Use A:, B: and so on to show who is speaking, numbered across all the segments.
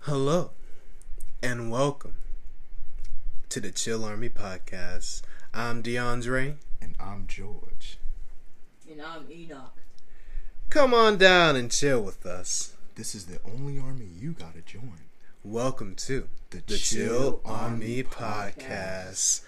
A: Hello and welcome to the Chill Army Podcast. I'm DeAndre.
B: And I'm George.
C: And I'm Enoch.
A: Come on down and chill with us.
B: This is the only army you gotta join.
A: Welcome to
B: The,
A: the Chill Army
B: Pod.
A: Podcast.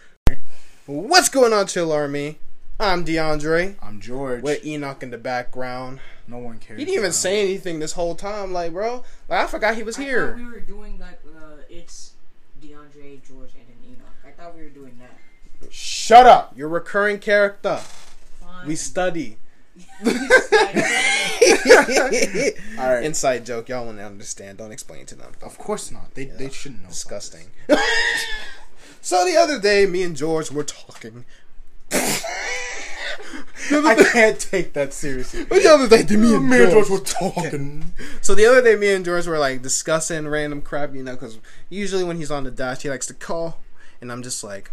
A: What's going on, Chill Army? I'm DeAndre.
B: I'm George.
A: With Enoch in the background.
B: no one cares.
A: He didn't even
B: about-
A: say anything this whole time. Like, bro, like, I forgot he was
C: I thought we
A: here.
C: were doing like uh, it's DeAndre, George, and then Enoch. I thought we were doing that.
A: Shut up. Your recurring character.
C: Fine.
A: We study.
B: All right.
A: Inside joke, y'all want to understand. Don't explain to them.
B: Of course not. They they shouldn't know. about
A: Disgusting. so the other day, me and George were talking.
B: this. I can't take that seriously.
A: The other day, the- me and
B: Me and
A: George.
B: George were talking.
A: So the other day, me and George were like discussing random crap, you know, because usually when he's on the dash, he likes to call, and I'm just like,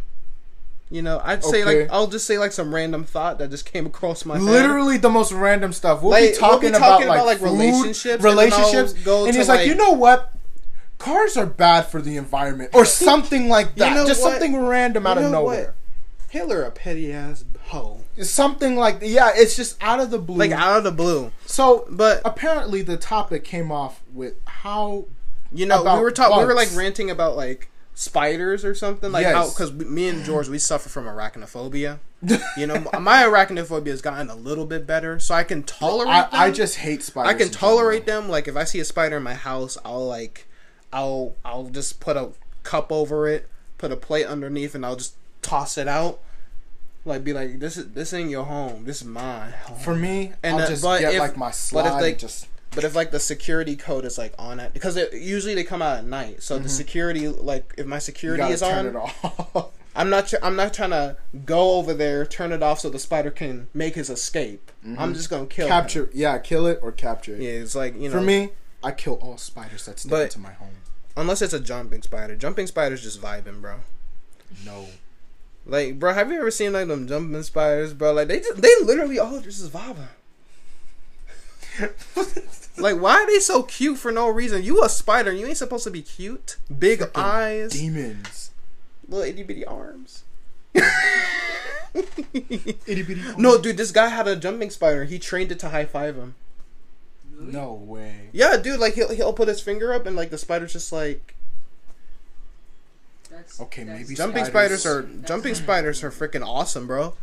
A: you know, I'd say
B: Okay.
A: like I'll just say like some random thought that just came across my head.
B: Literally the most random stuff. We'll,
A: Like,
B: be, talking
A: we'll be talking
B: about,
A: about, like,
B: like, food,
A: relationships, and then I'll
B: relationships, and,
A: go to,
B: he's like,
A: like-
B: you know what? Cars are bad for the environment, or something like that.
A: know
B: Just
A: what?
B: something random out
A: You
B: of
A: know
B: nowhere.
A: what? Hitler a petty ass hoe,
B: something like yeah it's just out of the blue
A: like out of the blue.
B: so
A: But
B: apparently the topic came off with how
A: You know,
B: about
A: we were talking. We were like
B: bugs.
A: ranting about like spiders or something, like
B: Yes.
A: how because me and George we suffer from arachnophobia. you know, m- my arachnophobia has gotten a little bit better, so I can tolerate.
B: I, I
A: them.
B: just hate spiders
A: I can
B: in general.
A: tolerate them. Like if I see a spider in my house, I'll like, I'll I'll just put a cup over it, put a plate underneath, and I'll just toss it out. Like be like, this is this ain't your home. This is mine.
B: for me
A: And,
B: i'll
A: uh,
B: just
A: but
B: get
A: if-
B: like my
A: but if,
B: slide and
A: like,
B: just
A: But if like the security code is like on it, because it, usually they come out at night, so the security like if my
B: you
A: security
B: Mm-hmm. gotta
A: is
B: turn
A: on,
B: it off
A: I'm not tr- I'm not trying to go over there, turn it off so the spider can make his escape. I'm just gonna kill him.
B: Mm-hmm. capture yeah kill it or capture it
A: Yeah, it's like you know,
B: for me i kill all spiders that stick
A: But-
B: into my home
A: unless it's a jumping spider. Jumping spiders just vibing, bro.
B: no
A: Like, bro, have you ever seen like them jumping spiders, bro? Like they just they literally all just vibing. Like, why are they so cute for no reason? You a spider, you ain't supposed to be cute. Big eyes.
B: demons
A: little itty bitty arms.
B: itty bitty
A: No, dude, this guy had a jumping spider. He trained it to high five him.
C: Really?
B: no way
A: Yeah, dude, like he'll he'll put his finger up and like the spider's just like
C: That's,
B: Okay,
C: that's-
B: maybe
A: jumping
B: Spiders.
A: spiders, are jumping spiders are freaking awesome, bro.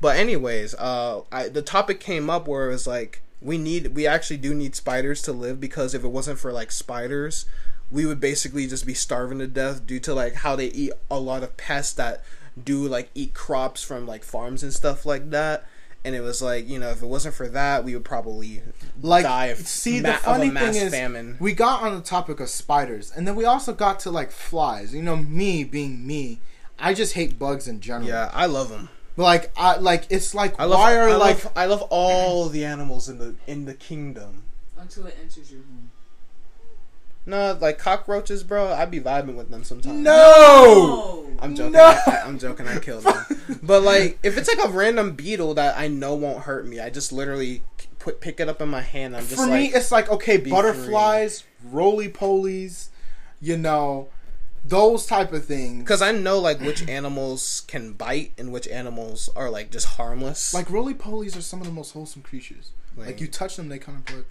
A: But anyways, uh, I, the topic came up where it was like we need we actually do need spiders to live because if it wasn't for like spiders, we would basically just be starving to death due to like how they eat a lot of pests that do like eat crops from like farms and stuff like that. And it was like you know if it wasn't for that, we would probably
B: like
A: die of
B: see
A: ma-
B: the
A: of a
B: funny
A: mass
B: thing is
A: famine.
B: we got on the topic of spiders and then we also got to like flies you know me being me i just hate bugs in general
A: yeah, I love them.
B: like i like it's like
A: I love,
B: why are
A: I
B: like
A: love, I love all the animals in the in the kingdom.
C: until it enters your home.
A: No, like cockroaches, bro. I be vibing with them sometimes.
B: no
C: Oh.
A: I'm joking.
B: No!
A: I, I, am joking. I kill them. but like, if it's like a random beetle that I know won't hurt me, I just literally put pick it up in my hand. I'm just
B: for
A: like,
B: me it's like okay
A: free.
B: butterflies roly polies you know those type of things
A: because I know like which animals can bite and which animals are like just harmless.
B: like roly polies are some of the most wholesome creatures like,
A: Like-
B: you touch them they kind of like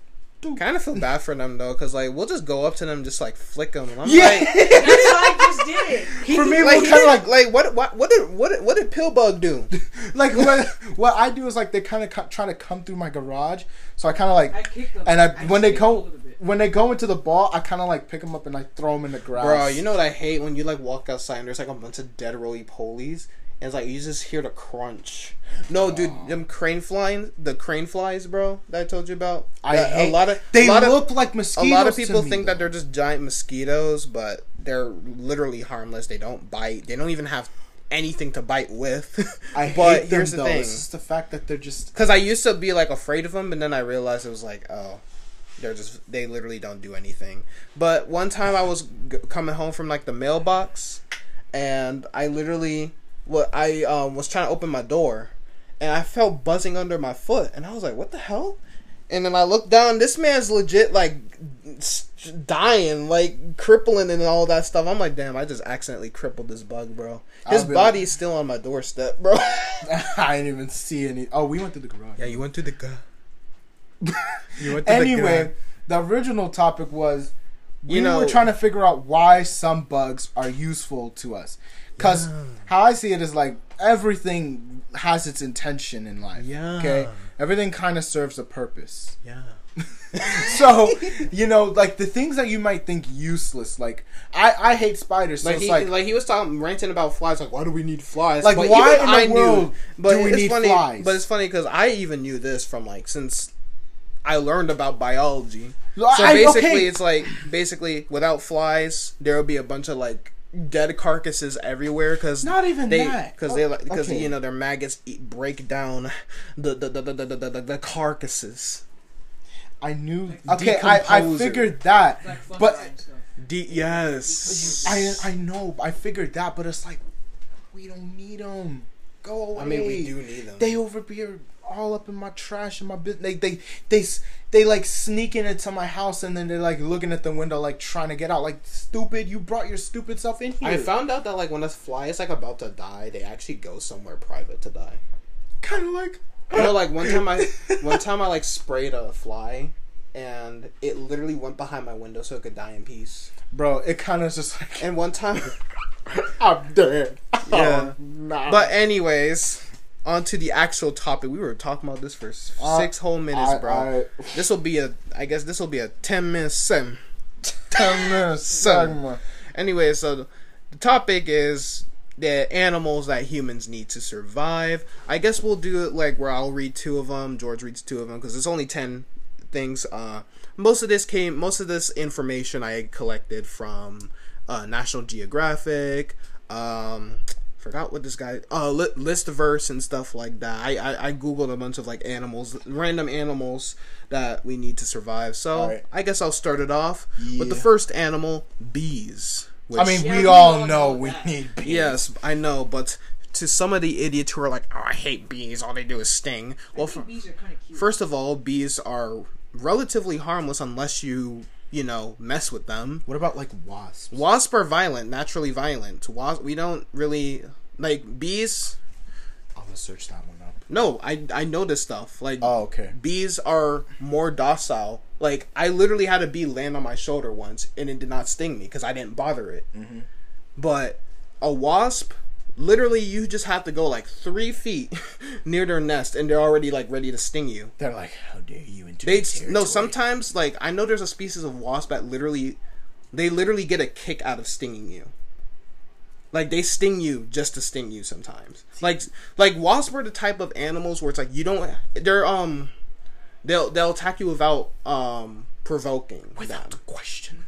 A: kind of feel bad for them though, because like we'll just go up to them, just like flick them. And I'm like,
C: That's why I just did it.
B: for me
A: like,
B: we're
A: he
B: kind of
A: did-
B: like
A: like what what what did what did, what did Pillbug do?
B: like what what I do is like they kind of co- try to come through my garage, so I kind of like
C: I kicked them.
B: and I,
C: I
B: when they
C: kicked them a
B: go
C: little bit.
B: when they go into the ball, I kind of like pick them up and like throw them in the grass.
A: Bro, you know what I hate when you like walk outside and there's like a bunch of dead roly polies, and it's like you just hear the crunch. No, dude, them crane flying, the crane flies, bro, that I told you about.
B: I
A: That-
B: hate,
A: a lot of
B: they
A: a lot
B: look like
A: of, a
B: mosquitoes.
A: lot of people
B: to me,
A: think
B: though.
A: that they're just giant mosquitoes, but they're literally harmless. They don't bite. They don't even have anything to bite with.
B: I
A: but
B: hate them
A: here's
B: though.
A: the
B: It's
A: thing,
B: just the fact that they're just
A: because I used to be like afraid of them, but then I realized it was like, oh, they're just they literally don't do anything. But one time I was g- coming home from like the mailbox, and I literally what I um, was trying to open my door, and I felt buzzing under my foot, and I was like, what the hell? And then I look down. This man's legit like s- dying, like crippling, and all that stuff. I'm like, damn, I just accidentally crippled this bug, bro. His
B: I'll be
A: body's still on my doorstep, bro.
B: I didn't even see any. Oh, we went through the garage.
A: yeah, you went to the guy. You went
B: anyway, the original topic was we
A: You know-
B: were trying to figure out why some bugs are useful to us. Because how I see it is like everything has its intention in life.
A: Yeah.
B: Okay. Everything kind of serves a purpose.
A: yeah.
B: So, you know, like the things that you might think useless, like I, I hate spiders. So
A: Like
B: it's
A: he,
B: like,
A: like, he was talking ranting about flies. Like, why do we need flies?
B: Like,
A: But
B: why
A: even
B: in the world do we
A: it's
B: need
A: funny,
B: flies?
A: But it's funny because I even knew this from like since I learned about biology. So
B: Well, I-
A: basically,
B: okay.
A: it's like basically without flies, there will be a bunch of like dead carcasses everywhere because
B: Not even
A: they,
B: that.
A: because
B: Oh,
A: they like because
B: okay.
A: you know their maggots eat, break down the the the the, the, the, the, the carcasses.
B: I knew. Okay, I, I
A: Decomposer.
B: figured that,
C: Like fun
B: but
C: time stuff.
A: D- yes,
B: I I know I figured that, but it's like we don't need them. Go away.
A: I mean we do need them.
B: They over here all up in my trash and my business. They they they s- they like sneaking into my house and then they're like looking at the window like trying to get out. Like stupid, you brought your stupid self in here.
A: I found out that like when a fly is like about to die, they actually go somewhere private to die.
B: kind of like
A: You know, like one time I one time I like sprayed a fly, and it literally went behind my window so it could die in peace.
B: bro. It kind of just like
A: And one time,
B: I'm dead.
A: Yeah.
B: Oh, nah.
A: but anyways, on to the actual topic. We were talking about this for s-
B: Uh,
A: six whole minutes,
B: I,
A: bro.
B: I,
A: This will be a I guess this will be a ten minute sim.
B: ten minutes.
A: So- Anyway, so the topic is the animals that humans need to survive. I guess we'll do it like where I'll read two of them, George reads two of them, because it's only ten things. Uh, most of this came, most of this information I collected from uh, National Geographic. Um, forgot what this guy uh li- listverse and stuff like that I, I i googled a bunch of like animals random animals that we need to survive so
B: Alright.
A: i guess i'll start it off with the
B: Yeah.
A: first animal bees which,
B: I mean,
C: Yeah,
B: we
C: we
B: all
C: all
B: know
C: know
B: we
C: that.
B: need beans.
A: yes i know but to some of the idiots who are like oh i hate bees all they do is sting well
C: I think
A: f-
C: bees are kind of cute.
A: first of all bees are relatively harmless unless you you know mess with them
B: What about like wasps?
A: wasps are violent naturally violent Wasp, we don't really like bees
B: I'm gonna search that one up.
A: No, I I know this stuff. Like
B: Oh, okay.
A: bees are more docile. Like I literally had a bee land on my shoulder once, and it did not sting me because I didn't bother it. But a wasp, literally, you just have to go like three feet near their nest, and they're already like ready to sting you.
B: They're like, how dare you enter?
A: They
B: my
A: no.
B: territory?"
A: Sometimes like I know there's a species of wasp that literally, they literally get a kick out of stinging you. Like they sting you just to sting you sometimes. Like like wasps are the type of animals where it's like you don't they're um they'll they'll attack you without um provoking
B: without
A: them.
B: question.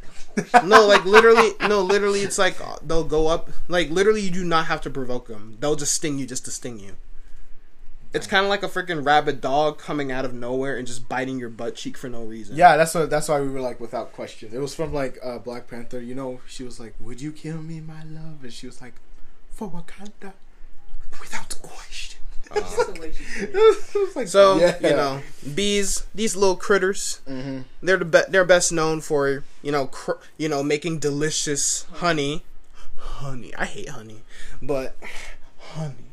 A: No, like literally no, literally it's like uh, they'll go up like literally you do not have to provoke them. They'll just sting you just to sting you. It's kind of like a freaking rabid dog coming out of nowhere and just biting your butt cheek for no reason.
B: Yeah, that's what. That's why we were like without question. It was from like uh, Black Panther. You know, she was like, "Would you kill me, my love?" And she was like, "For Wakanda, without question."
C: That's the way she said it.
B: It was like,
A: So
B: yeah.
A: you know, bees, these little critters,
B: Mm-hmm.
A: they're the be- they're best known for you know cr- you know making delicious honey. Honey, I hate honey, but honey,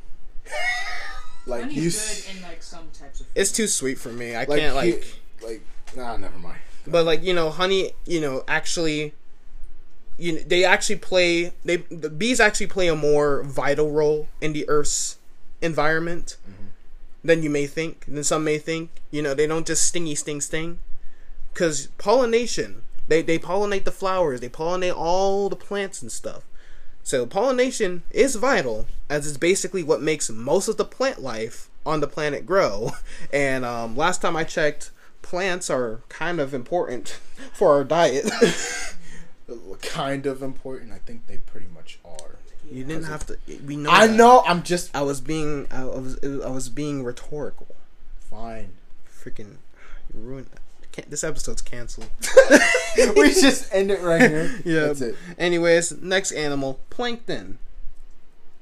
B: like
C: Honey's
B: you, s-
C: good in like some types of.
A: it's too sweet for me. I
B: like,
A: can't like,
B: you- like, nah, never mind.
A: but like you know, honey, you know, actually, you know, they actually play they the bees actually play a more vital role in the Earth's environment than you may think. Than some may think. You know, they don't just stingy sting sting. because pollination they, they pollinate the flowers they pollinate all the plants and stuff so pollination is vital as it's basically what makes most of the plant life on the planet grow and um, last time i checked plants are kind of important for our diet
B: Kind of important. I think they pretty much are.
A: you didn't have to we know
B: I
A: that.
B: know. I'm just
A: i was being i was i was being rhetorical
B: fine.
A: freaking you ruined can't, this episode's canceled
B: we just end it right here.
A: Yeah.
B: that's it.
A: Anyways, next animal, plankton.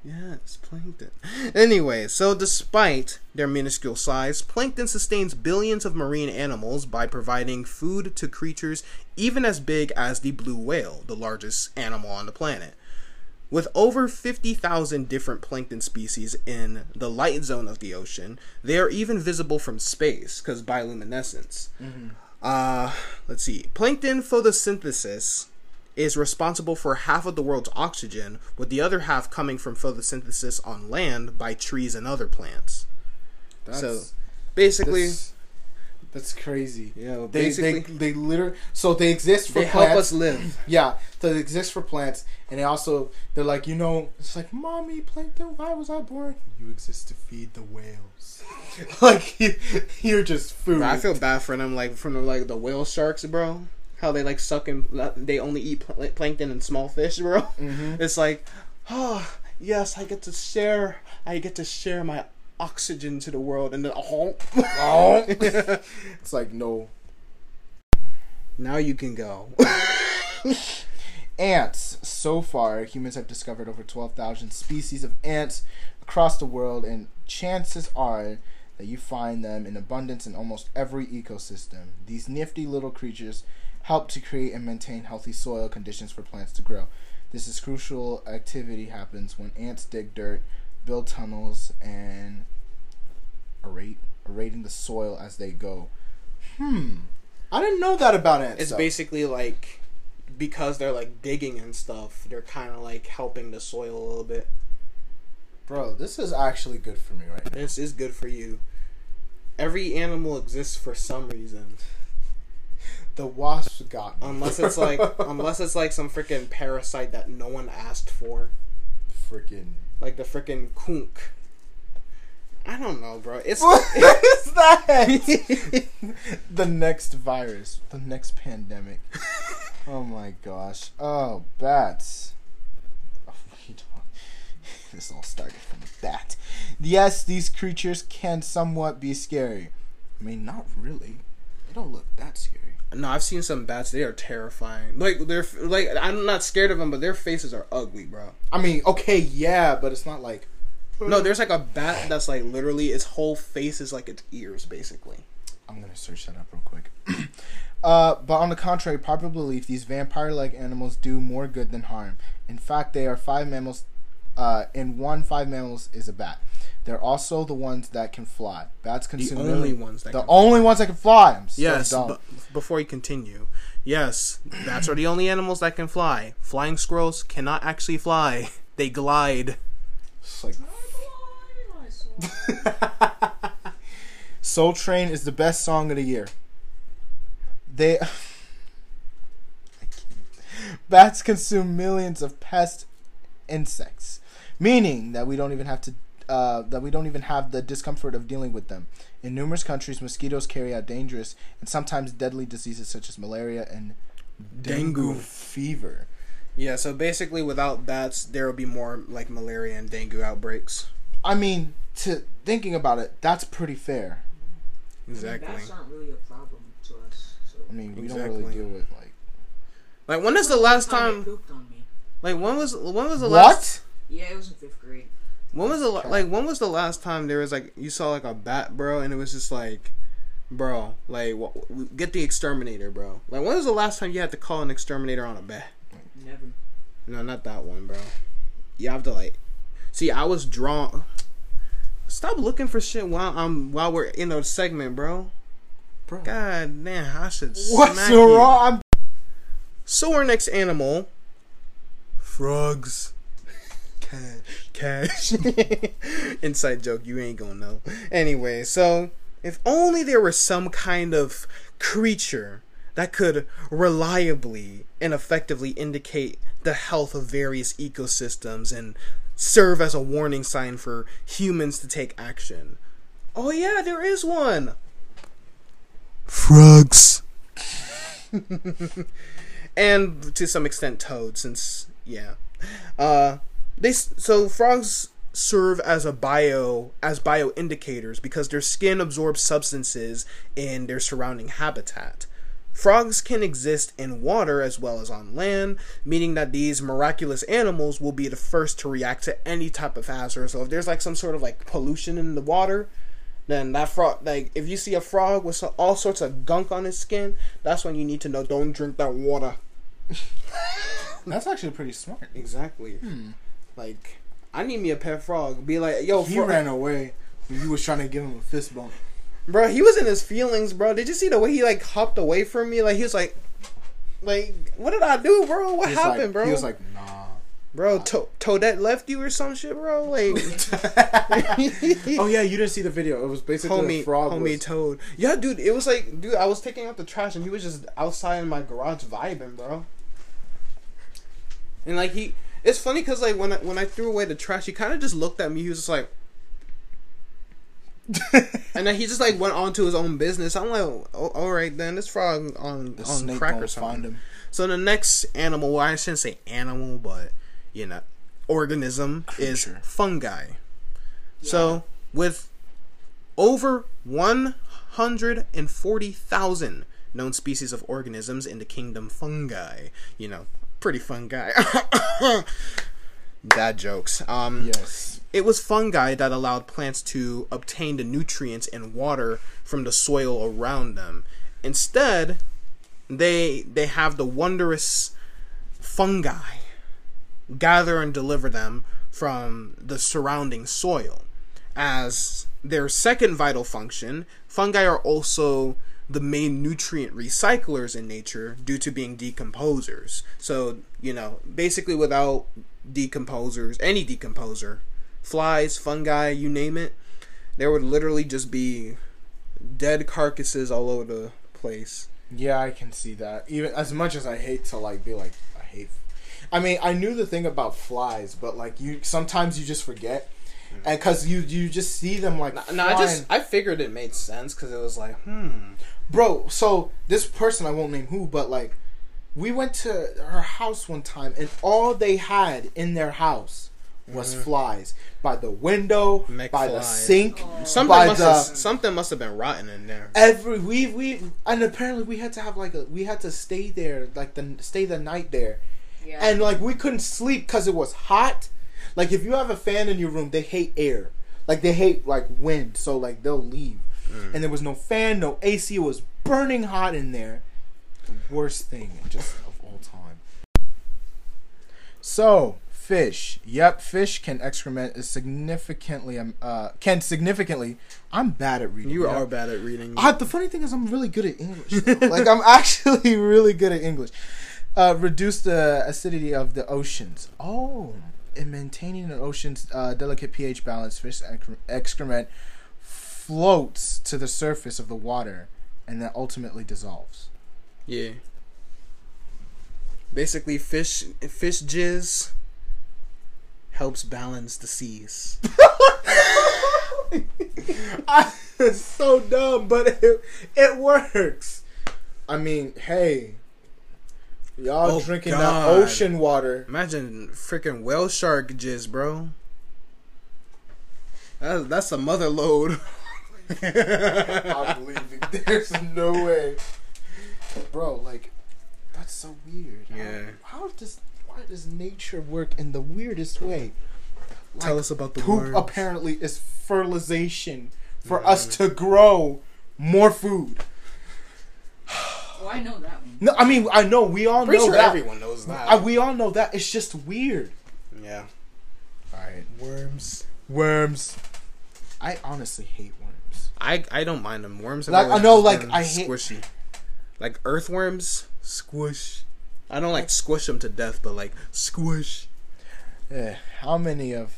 A: Yes, plankton. Anyway, so despite their minuscule size, plankton sustains billions of marine animals by providing food to creatures even as big as the blue whale, the largest animal on the planet. With over 50,000 different plankton species in the light zone of the ocean, they are even visible from space because bioluminescence. Uh, let's see. Plankton photosynthesis is responsible for half of the world's oxygen, with the other half coming from photosynthesis on land by trees and other plants.
B: That's,
A: so basically,
B: that's, that's crazy.
A: yeah, well,
B: They,
A: basically
B: they they literally so they exist for
A: they
B: plants.
A: help us live.
B: Yeah, so they exist for plants, and they also they're like you know it's like mommy plankton. Why was I born? You exist to feed the whales. like you, you're just food.
A: Bro, I feel bad for them, like from the, like the whale sharks, bro. How they like suck and they only eat pl- plankton and small fish, bro.
B: hmm
A: It's like, oh yes, I get to share. I get to share my oxygen to the world, and then oh.
B: Oh, it's like no
A: now you can go.
B: ants. So far, humans have discovered over twelve thousand species of ants across the world, and chances are that you find them in abundance in almost every ecosystem. These nifty little creatures help to create and maintain healthy soil conditions for plants to grow. This is crucial activity happens when ants dig dirt, build tunnels, and aerate, aerating the soil as they go. Hmm. I didn't know that about ants.
A: It's
B: though.
A: basically like because they're like digging and stuff, they're kind of like helping the soil a little bit.
B: Bro, this is actually good for me right now.
A: This is good for you. Every animal exists for some reason,
B: The wasps got me.
A: unless it's like unless it's like some freaking parasite that no one asked for,
B: freaking.
A: like the freaking kook. I don't know, bro. It's
B: What is that? the next virus, the next pandemic. Oh my gosh. Oh, bats. Oh, what are you talking- This all started from a bat. Yes, these creatures can somewhat be scary. I mean, not really. They don't look that scary.
A: no. I've seen some bats. They are terrifying. Like they're like I'm not scared of them, but their faces are ugly, bro.
B: I mean, okay, yeah, but it's not like
A: No, there's like a bat that's like literally its whole face is like its ears, basically.
B: I'm gonna search that up real quick. uh, but on the contrary, popular belief these vampire-like animals do more good than harm. In fact, they are five mammals, uh, and one five mammals is a bat. They're also the ones that can fly. Bats
A: The
B: consume
A: only ones that
B: the
A: can
B: only ones that can fly. I'm so
A: Yes,
B: dumb.
A: but before you continue, yes, bats are the only animals that can fly. Flying squirrels cannot actually fly; they glide.
B: It's like
C: Why am I so-
B: Soul Train is the best song of the year. They. I can't. Bats consume millions of pest insects, meaning that we don't even have to. Uh, that we don't even have the discomfort of dealing with them. In numerous countries, mosquitoes carry out dangerous and sometimes deadly diseases such as malaria and dengue,
A: Dengue.
B: fever.
A: Yeah, so basically, without bats, there will be more like malaria and dengue outbreaks.
B: I mean, to thinking about it, that's pretty fair.
C: I mean,
A: Exactly.
C: bats aren't really a problem to us. So.
B: I mean, we don't really
A: Exactly.
B: deal with like
A: Like when is the last
C: they
A: time?
C: pooped on me.
A: Like when was when was the
B: what.
A: last?
C: Yeah, it was in fifth grade.
A: When was the la- like when was the last time there was like you saw like a bat, bro, and it was just like, bro, like wh- wh- get the exterminator, bro. Like when was the last time you had to call an exterminator on a bat?
C: Never.
A: No, not that one, bro. You have to like. See, I was drawn. Stop looking for shit while I'm while we're in a segment, bro.
B: Bro.
A: God damn, I should.
B: What's
A: smack you.
B: wrong? I'm
A: So our next animal. Frogs. Cash. Inside joke, you ain't gonna know. Anyway, so if only there were some kind of creature that could reliably and effectively indicate the health of various ecosystems and serve as a warning sign for humans to take action. Oh yeah, there is one. Frogs. and to some extent toads since yeah uh they s- so frogs serve as a bio as bio indicators because their skin absorbs substances in their surrounding habitat Frogs can exist in water as well as on land, meaning that these miraculous animals will be the first to react to any type of hazard. So if there's like some sort of like pollution in the water, then that frog, like if you see a frog with so- all sorts of gunk on his skin, that's when you need to know don't drink that water.
B: That's actually pretty smart.
A: Exactly.
B: Hmm.
A: Like, I need me a pet frog. Be like, yo,
B: He
A: fro-
B: ran away when you was trying to give him a fist bump.
A: bro, he was in his feelings, bro. Did you see the way he like hopped away from me? Like he was like, like, what did I do, bro? What
B: He was
A: happened,
B: like,
A: bro?
B: He was like, nah.
A: bro, to- Toadette left you or some shit, bro. Like,
B: oh yeah, you didn't see the video. It was basically
A: homie,
B: a frog.
A: homie
B: was-
A: Toad. Yeah, dude, it was like, dude, I was taking out the trash and he was just outside in my garage vibing, bro. And like he, it's funny because like when I, when I threw away the trash, he kind of just looked at me. He was just like, and then he just like went on to his own business. I'm like, oh, all right then, this frog on
B: the
A: on
B: snake
A: crack
B: gonna
A: or something.
B: find him.
A: So the next animal, well, I shouldn't say animal, but you know, organism is
B: Creature.
A: fungi. So with over 140,000 known species of organisms in the kingdom fungi, you know, pretty fungi. Bad jokes. Um,
B: Yes.
A: it was fungi that allowed plants to obtain the nutrients and water from the soil around them. Instead, they they have the wondrous fungi gather and deliver them from the surrounding soil. As their second vital function, fungi are also the main nutrient recyclers in nature due to being decomposers. So, you know, basically without decomposers, any decomposer, flies, fungi, you name it, there would literally just be dead carcasses all over the place.
B: Yeah, I can see that. Even as much as I hate to like be like, I hate. I mean, I knew the thing about flies, but like you, sometimes you just forget, and because you you just see them like.
A: No, Mm. I just
B: flying.
A: I figured it made sense because it was like, hmm,
B: bro. So this person I won't name who, but like, we went to her house one time, and all they had in their house was flies by the window,
A: Mech
B: by the
A: Mm-hmm. flies.
B: sink,
A: Something
B: by
A: must
B: the
A: have, something must have been rotten in there.
B: every we we and apparently we had to have like a we had to stay there like the stay the night there
C: Yeah.
B: and like we couldn't sleep because it was hot. Like if you have a fan in your room, they hate air. Like they hate like wind, so like they'll leave.
A: Mm.
B: And there was no fan, no AC. It was burning hot in there. The worst thing just of all time. So fish, yep, fish can excrement is significantly um, uh can significantly. I'm bad at reading.
A: You
B: Yep.
A: are bad at reading.
B: I, the funny thing is, I'm really good at English. though. like, I'm actually really good at English. Uh, reduce the acidity of the oceans. Oh, and maintaining an ocean's uh, delicate pH balance, fish excre- excrement floats to the surface of the water and then ultimately dissolves.
A: yeah. Basically, fish fish jizz helps balance the seas.
B: it's so dumb, but it, it works. I mean, hey, y'all
A: Oh,
B: drinking
A: God.
B: that ocean water.
A: Imagine freaking whale shark jizz, bro. That's, that's a mother load.
B: I'm leaving. There's no way, bro. Like, that's so weird. How-
A: Yeah.
B: How, does why does nature work in the weirdest way?
A: Tell us about the
B: Poop
A: worms.
B: apparently is fertilization for us to grow more food.
C: well, I know that one.
B: No, I mean I know we all
A: Pretty
B: know
A: sure
B: that.
A: everyone knows that.
B: I, we all know that. It's just weird.
A: yeah.
B: All right,
A: Worms.
B: worms. I honestly hate worms.
A: I I don't mind them. Worms. have
B: Like,
A: always
B: I know,
A: just
B: like,
A: been
B: I hate-
A: squishy. Like earthworms, squish. I don't like squish them to death, but like squish.
B: Eh, how many of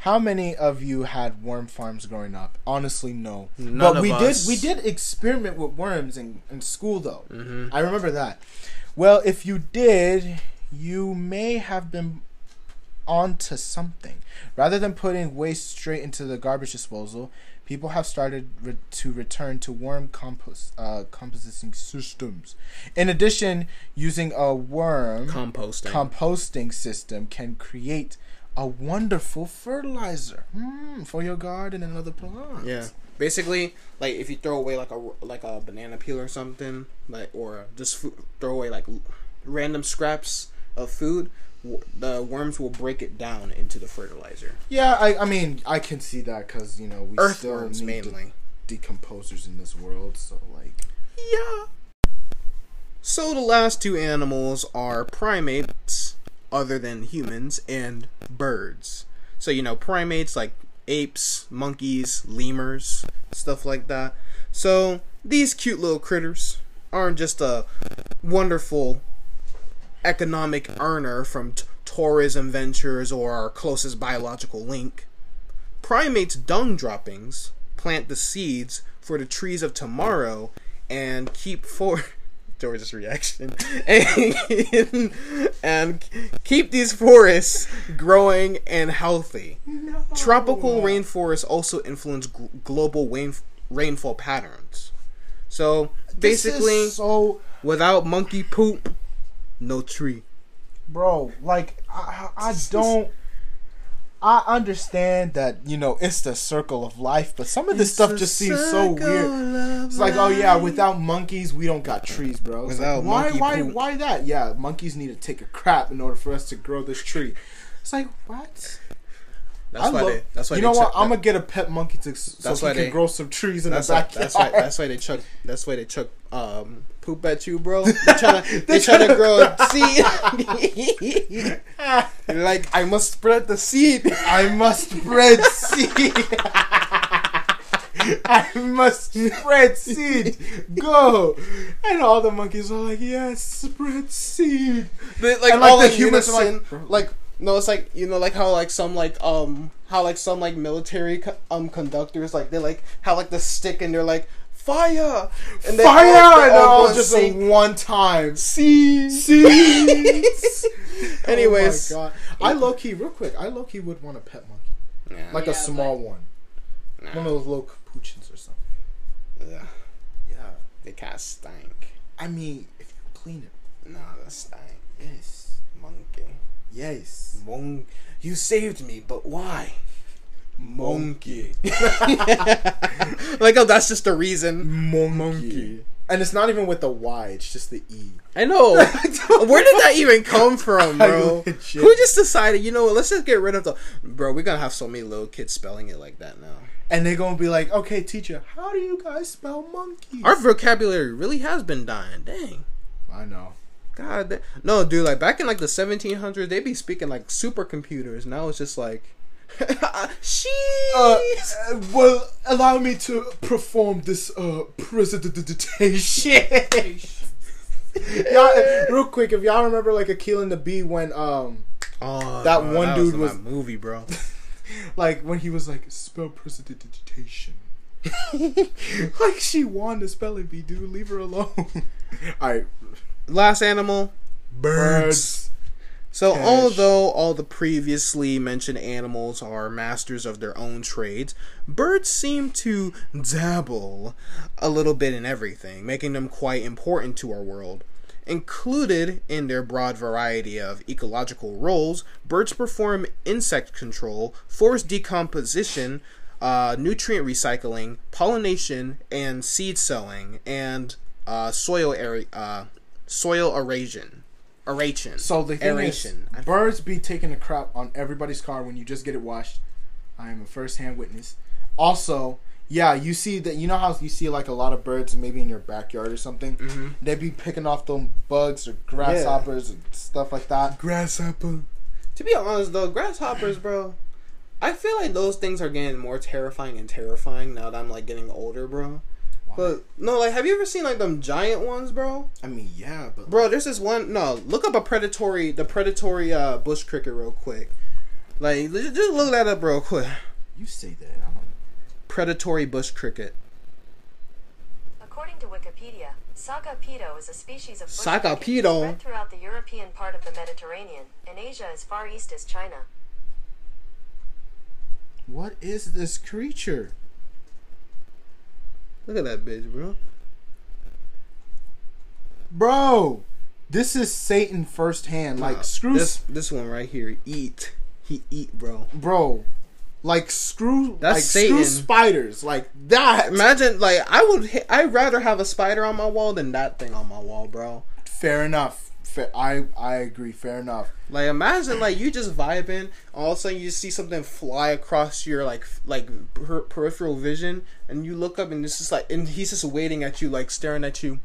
B: how many of you had worm farms growing up? Honestly, no.
A: None
B: but
A: of
B: we
A: us.
B: did we did experiment with worms in, in school though. I remember that. Well, if you did, you may have been onto something. Rather than putting waste straight into the garbage disposal, people have started re- to return to worm compost uh, composting systems. In addition, using a worm
A: Composting.
B: composting system can create a wonderful fertilizer Hmm, for your garden and other plants.
A: Yeah. Basically, like if you throw away like a like a banana peel or something, like or just fu- throw away like l- random scraps of food, w- the worms will break it down into the fertilizer.
B: Yeah, I, I mean, I can see that because, you know, we still
A: Earthworms
B: need
A: mainly.
B: de- decomposers in this world, so, like,
A: Yeah. So the last two animals are primates, other than humans, and birds. So, you know, primates like apes, monkeys, lemurs, stuff like that. So, these cute little critters aren't just a wonderful economic earner from t- tourism ventures or our closest biological link. Primates' dung droppings plant the seeds for the trees of tomorrow and keep for George's reaction and, and keep these forests growing and healthy. Tropical rainforests also influence gl- global rain- rainfall patterns. So
B: this is
A: basically,
B: so,
A: without monkey poop, no tree.
B: bro, like, I, I I don't. I understand that, you know, it's the circle of life, but some of this stuff just seems so weird. It's like, oh yeah, without monkeys, we don't got trees, bro. It's
A: Without
B: like, why,
A: monkey
B: why,
A: poop.
B: why that? Yeah, monkeys need to take a crap in order for us to grow this tree. It's like what?
A: That's
B: I
A: why
B: love-
A: they. That's why
B: you
A: they
B: know what?
A: chuck
B: I'm
A: that-
B: gonna get a pet monkey to so
A: That's
B: he
A: why
B: can
A: they-
B: grow some trees in
A: That's
B: the
A: why,
B: backyard.
A: that's why that's why they chuck that's why they chuck um poop at you, bro. They tryna they,
B: They
A: tryna
B: tryna
A: grow seed. like I must spread the seed.
B: I must spread seed. I must spread seed. Go. And all the monkeys are like, yes, spread seed.
A: They- like
B: And, like,
A: all
B: the
A: the humans
B: humans are like,
A: like
B: bro.
A: like no, it's like you know like how like some like um how like some like military co- um conductors like they like how like the stick and they're like fire and they all-
B: Fire!
A: they
B: and
A: all
B: all
A: go
B: just
A: sing,
B: in one time.
A: seed
B: Seeds.
A: Anyways,
B: oh my God. I low key, real quick, I low key would want a pet monkey.
A: Nah,
B: Like
C: Yeah,
B: a small one.
A: nah,
B: One of those little capuchins or something.
A: ugh,
B: Yeah.
A: they kind of stank.
B: I mean, if you clean it.
A: No, that stank.
B: Yes.
A: Monkey.
B: Yes.
A: Mon- you saved me, but why? Monkey. like, oh, that's just the reason.
B: Monkey. And it's not even with the Y, it's just the E.
A: I know. Where did that even come from,
B: I
A: bro?
B: legit-
A: Who just decided, you know what, let's just get rid of the. Bro, we're gonna have so many little kids spelling it like that now.
B: And they're gonna be like, okay, teacher, how do you guys spell monkey?
A: Our vocabulary really has been dying. Dang.
B: I know.
A: God, da- no, dude. Like back in like the 1700s, they be speaking like supercomputers. Now it's just like, sheesh.
B: Uh, uh, well, allow me to perform this uh presentation.
A: Uh,
B: y'all, real quick, if y'all remember like Akil and the Bee when um
A: oh,
B: that
A: bro,
B: one
A: was,
B: dude
A: in
B: was-
A: my movie, bro.
B: like when he was like spell presidentation. like she won the spelling bee, dude. Leave her alone. all right,
A: Last animal,
B: birds.
A: So,
B: Cash.
A: although all the previously mentioned animals are masters of their own trades, birds seem to dabble a little bit in everything, making them quite important to our world. Included in their broad variety of ecological roles, birds perform insect control, forest decomposition, uh, nutrient recycling, pollination, and seed sowing, and uh, soil area. Uh, Soil aeration. Aeration.
B: So the thing
A: Aeration.
B: is, birds be taking a crap on everybody's car when you just get it washed. I am a first-hand witness. Also, yeah, you see that you know how you see like a lot of birds maybe in your backyard or something. They be picking off them bugs or grasshoppers and stuff like that. Grasshopper.
A: To be honest, though, grasshoppers, bro, I feel like those things are getting more terrifying and terrifying now that I'm like getting older, bro. But no, like, have you ever seen like them giant ones, bro?
B: I mean, yeah, but
A: Bro, there's this one. No, look up a predatory, the predatory uh, bush cricket, real quick. Like, ju- just look that up real quick.
B: you say that. I don't know.
A: Predatory bush cricket.
D: According to Wikipedia, Sagapedo is a species of bush
A: Sagapedo?
D: cricket spread throughout the European part of the Mediterranean and Asia as far east as China.
B: What is this creature?
A: Look at that bitch, bro.
B: Bro, this is Satan firsthand. Like,
A: Nah,
B: screw.
A: this. This one right here. Eat. He eat, bro.
B: bro. Like screw,
A: That's
B: like
A: Satan.
B: screw spiders, like that.
A: Imagine like I would. Hit, I'd rather have a spider on my wall than that thing on my wall, bro.
B: Fair enough. Fair, I I agree. Fair enough.
A: Like imagine like you just vibing, all of a sudden you see something fly across your like f- like per- peripheral vision, and you look up and it's just like and he's just waiting at you, like staring at you.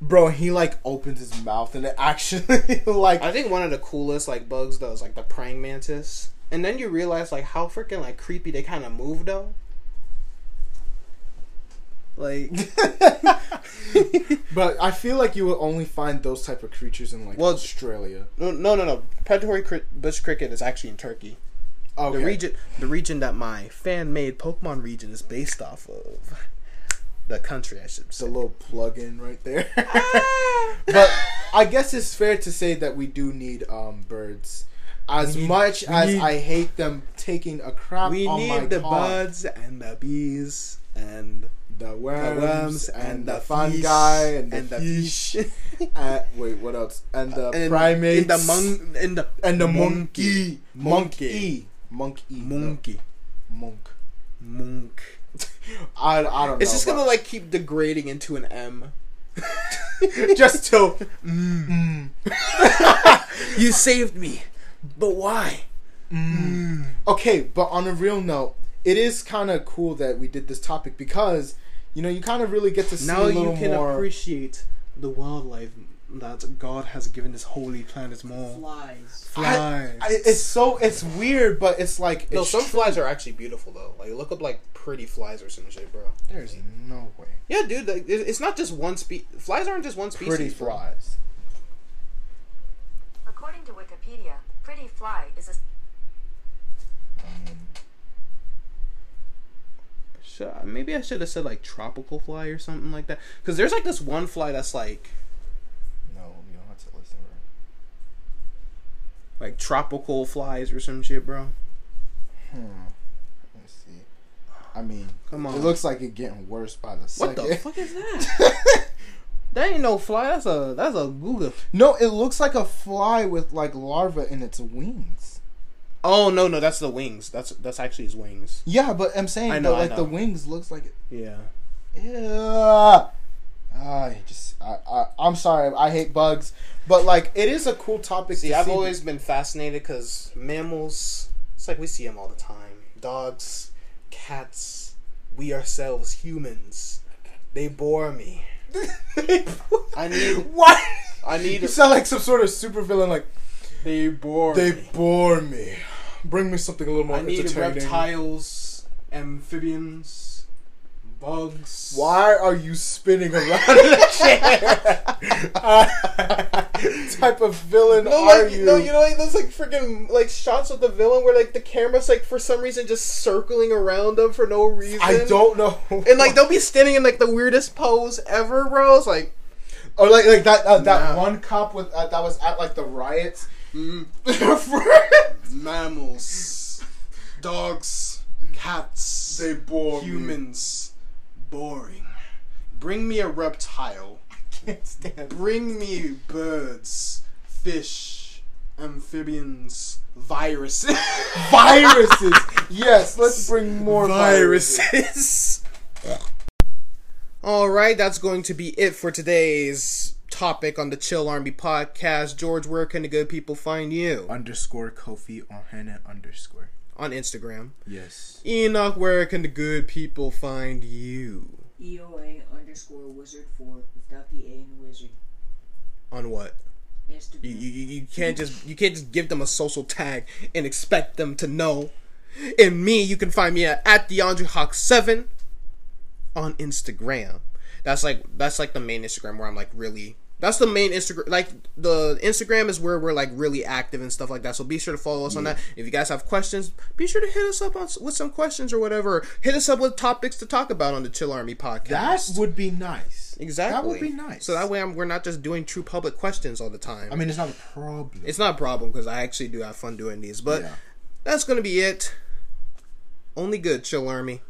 B: Bro, he like opens his mouth and it actually like
A: I think one of the coolest like bugs though is like the praying mantis, and then you realize like how freaking like creepy they kind of move though. Like
B: But I feel like you will only find those type of creatures in like
A: Well,
B: Australia.
A: no no no no predatory cri- bush cricket is actually in Turkey.
B: Okay.
A: The region, the region that my fan-made Pokemon region is based off of, the country I should
B: It's a
A: say.
B: little plug-in right there.
A: Ah,
B: but I guess it's fair to say that we do need um birds. As much
A: we
B: as
A: need-
B: I hate them taking a crap
A: We
B: on Oh my
A: need the
B: car,
A: buds and the bees and
B: the
A: the
B: worms,
A: worms
B: and,
A: and
B: the
A: the
B: fungi
A: fish
B: and the, fish. Uh, wait, what else? And the
A: and, and
B: primates
A: the mon- and the
B: and the monkey,
A: Monkey.
B: monkey, monkey, Oh
A: monkey
B: The monk.
A: monk.
B: I, I don't know.
A: It's just
B: but-
A: gonna like keep degrading into an M.
B: just till
A: You saved me, but why?
B: okay but on a real note it is kind of cool that we did this topic because you know you kind of really get to see
A: Now
B: a little
A: you can
B: more
A: appreciate the wildlife that God has given this holy planet more.
C: Flies.
B: I,
A: flies.
B: I- it's so it's weird but it's like
A: no,
B: it's
A: some
B: tr-
A: flies are actually beautiful though. Like look up like pretty flies or some shit, bro.
B: there's no way
A: Yeah, dude, like, it- it's not just one species. Flies aren't just one species.
B: pretty
A: bro.
B: flies
D: According to Wikipedia, pretty fly is a
A: Should, uh, maybe I should have said like tropical fly or something like that. Because there's like this one fly that's like
B: no you don't have to listen
A: like tropical flies or some shit, bro.
B: right hmm let me see i mean
A: Come on.
B: it looks like it getting worse by the
A: What
B: second
A: the fuck is that? that ain't no fly. That's a that's a Google.
B: no it looks like a fly with like larva in its wings
A: Oh no no that's the wings. That's that's actually his wings.
B: yeah but i'm saying
A: I
B: though,
A: know, I
B: like
A: know.
B: the wings looks like it
A: Yeah.
B: Yeah. I just I, I I'm sorry. I hate bugs, but like it is a cool topic.
A: See,
B: to
A: I've
B: see.
A: always been fascinated because mammals, it's like we see them all the time. Dogs, cats, we ourselves, humans. They bore me. I need.
B: what?
A: I need.
B: You sound like some sort of supervillain. Like
A: they bore
B: they
A: me.
B: bore me. Bring me something a little more
A: I need
B: entertaining.
A: reptiles, amphibians, bugs.
B: Why are you spinning around a chair? type of villain
A: No,
B: are
A: like,
B: you?
A: no, you know, like those like freaking like shots of the villain where like the camera's like for some reason just circling around them for no reason.
B: I don't know.
A: And like they'll be standing in like the weirdest pose ever, bro. It's like
B: Or like like that uh, that
A: Nah.
B: one cop with uh, that was at like the riots.
A: Mm. mammals, dogs, cats,
B: They bore me.
A: humans, boring. Bring me a reptile.
B: Can't stand.
A: Bring me birds, fish, amphibians, viruses.
B: viruses. yes, let's bring more viruses.
A: viruses. All right, that's going to be it for today's topic on the Chill Army podcast. George, where can the good people find you?
B: Underscore Kofi on Hannah underscore.
A: On Instagram.
B: Yes.
A: Enoch, where can the good people find you?
C: EOA E underscore wizard four without the A in wizard.
A: On what?
C: Instagram.
A: You, you, you you can't just you can't just give them a social tag and expect them to know. And me, you can find me at, at DeAndreHawk7 on Instagram. That's like that's like the main Instagram where I'm like really that's the main Instagram like the Instagram is where we're like really active and stuff like that. So be sure to follow us on that. If you guys have questions, be sure to hit us up on, s- with some questions or whatever. Hit us up with topics to talk about on the Chill Army podcast.
B: That would be nice.
A: exactly
B: That would be nice.
A: So that way I'm, we're not just doing true public questions all the time.
B: I mean, it's not a problem.
A: It's not a problem because I actually do have fun doing these. But
B: Yeah.
A: that's gonna be it. Only good, chill army.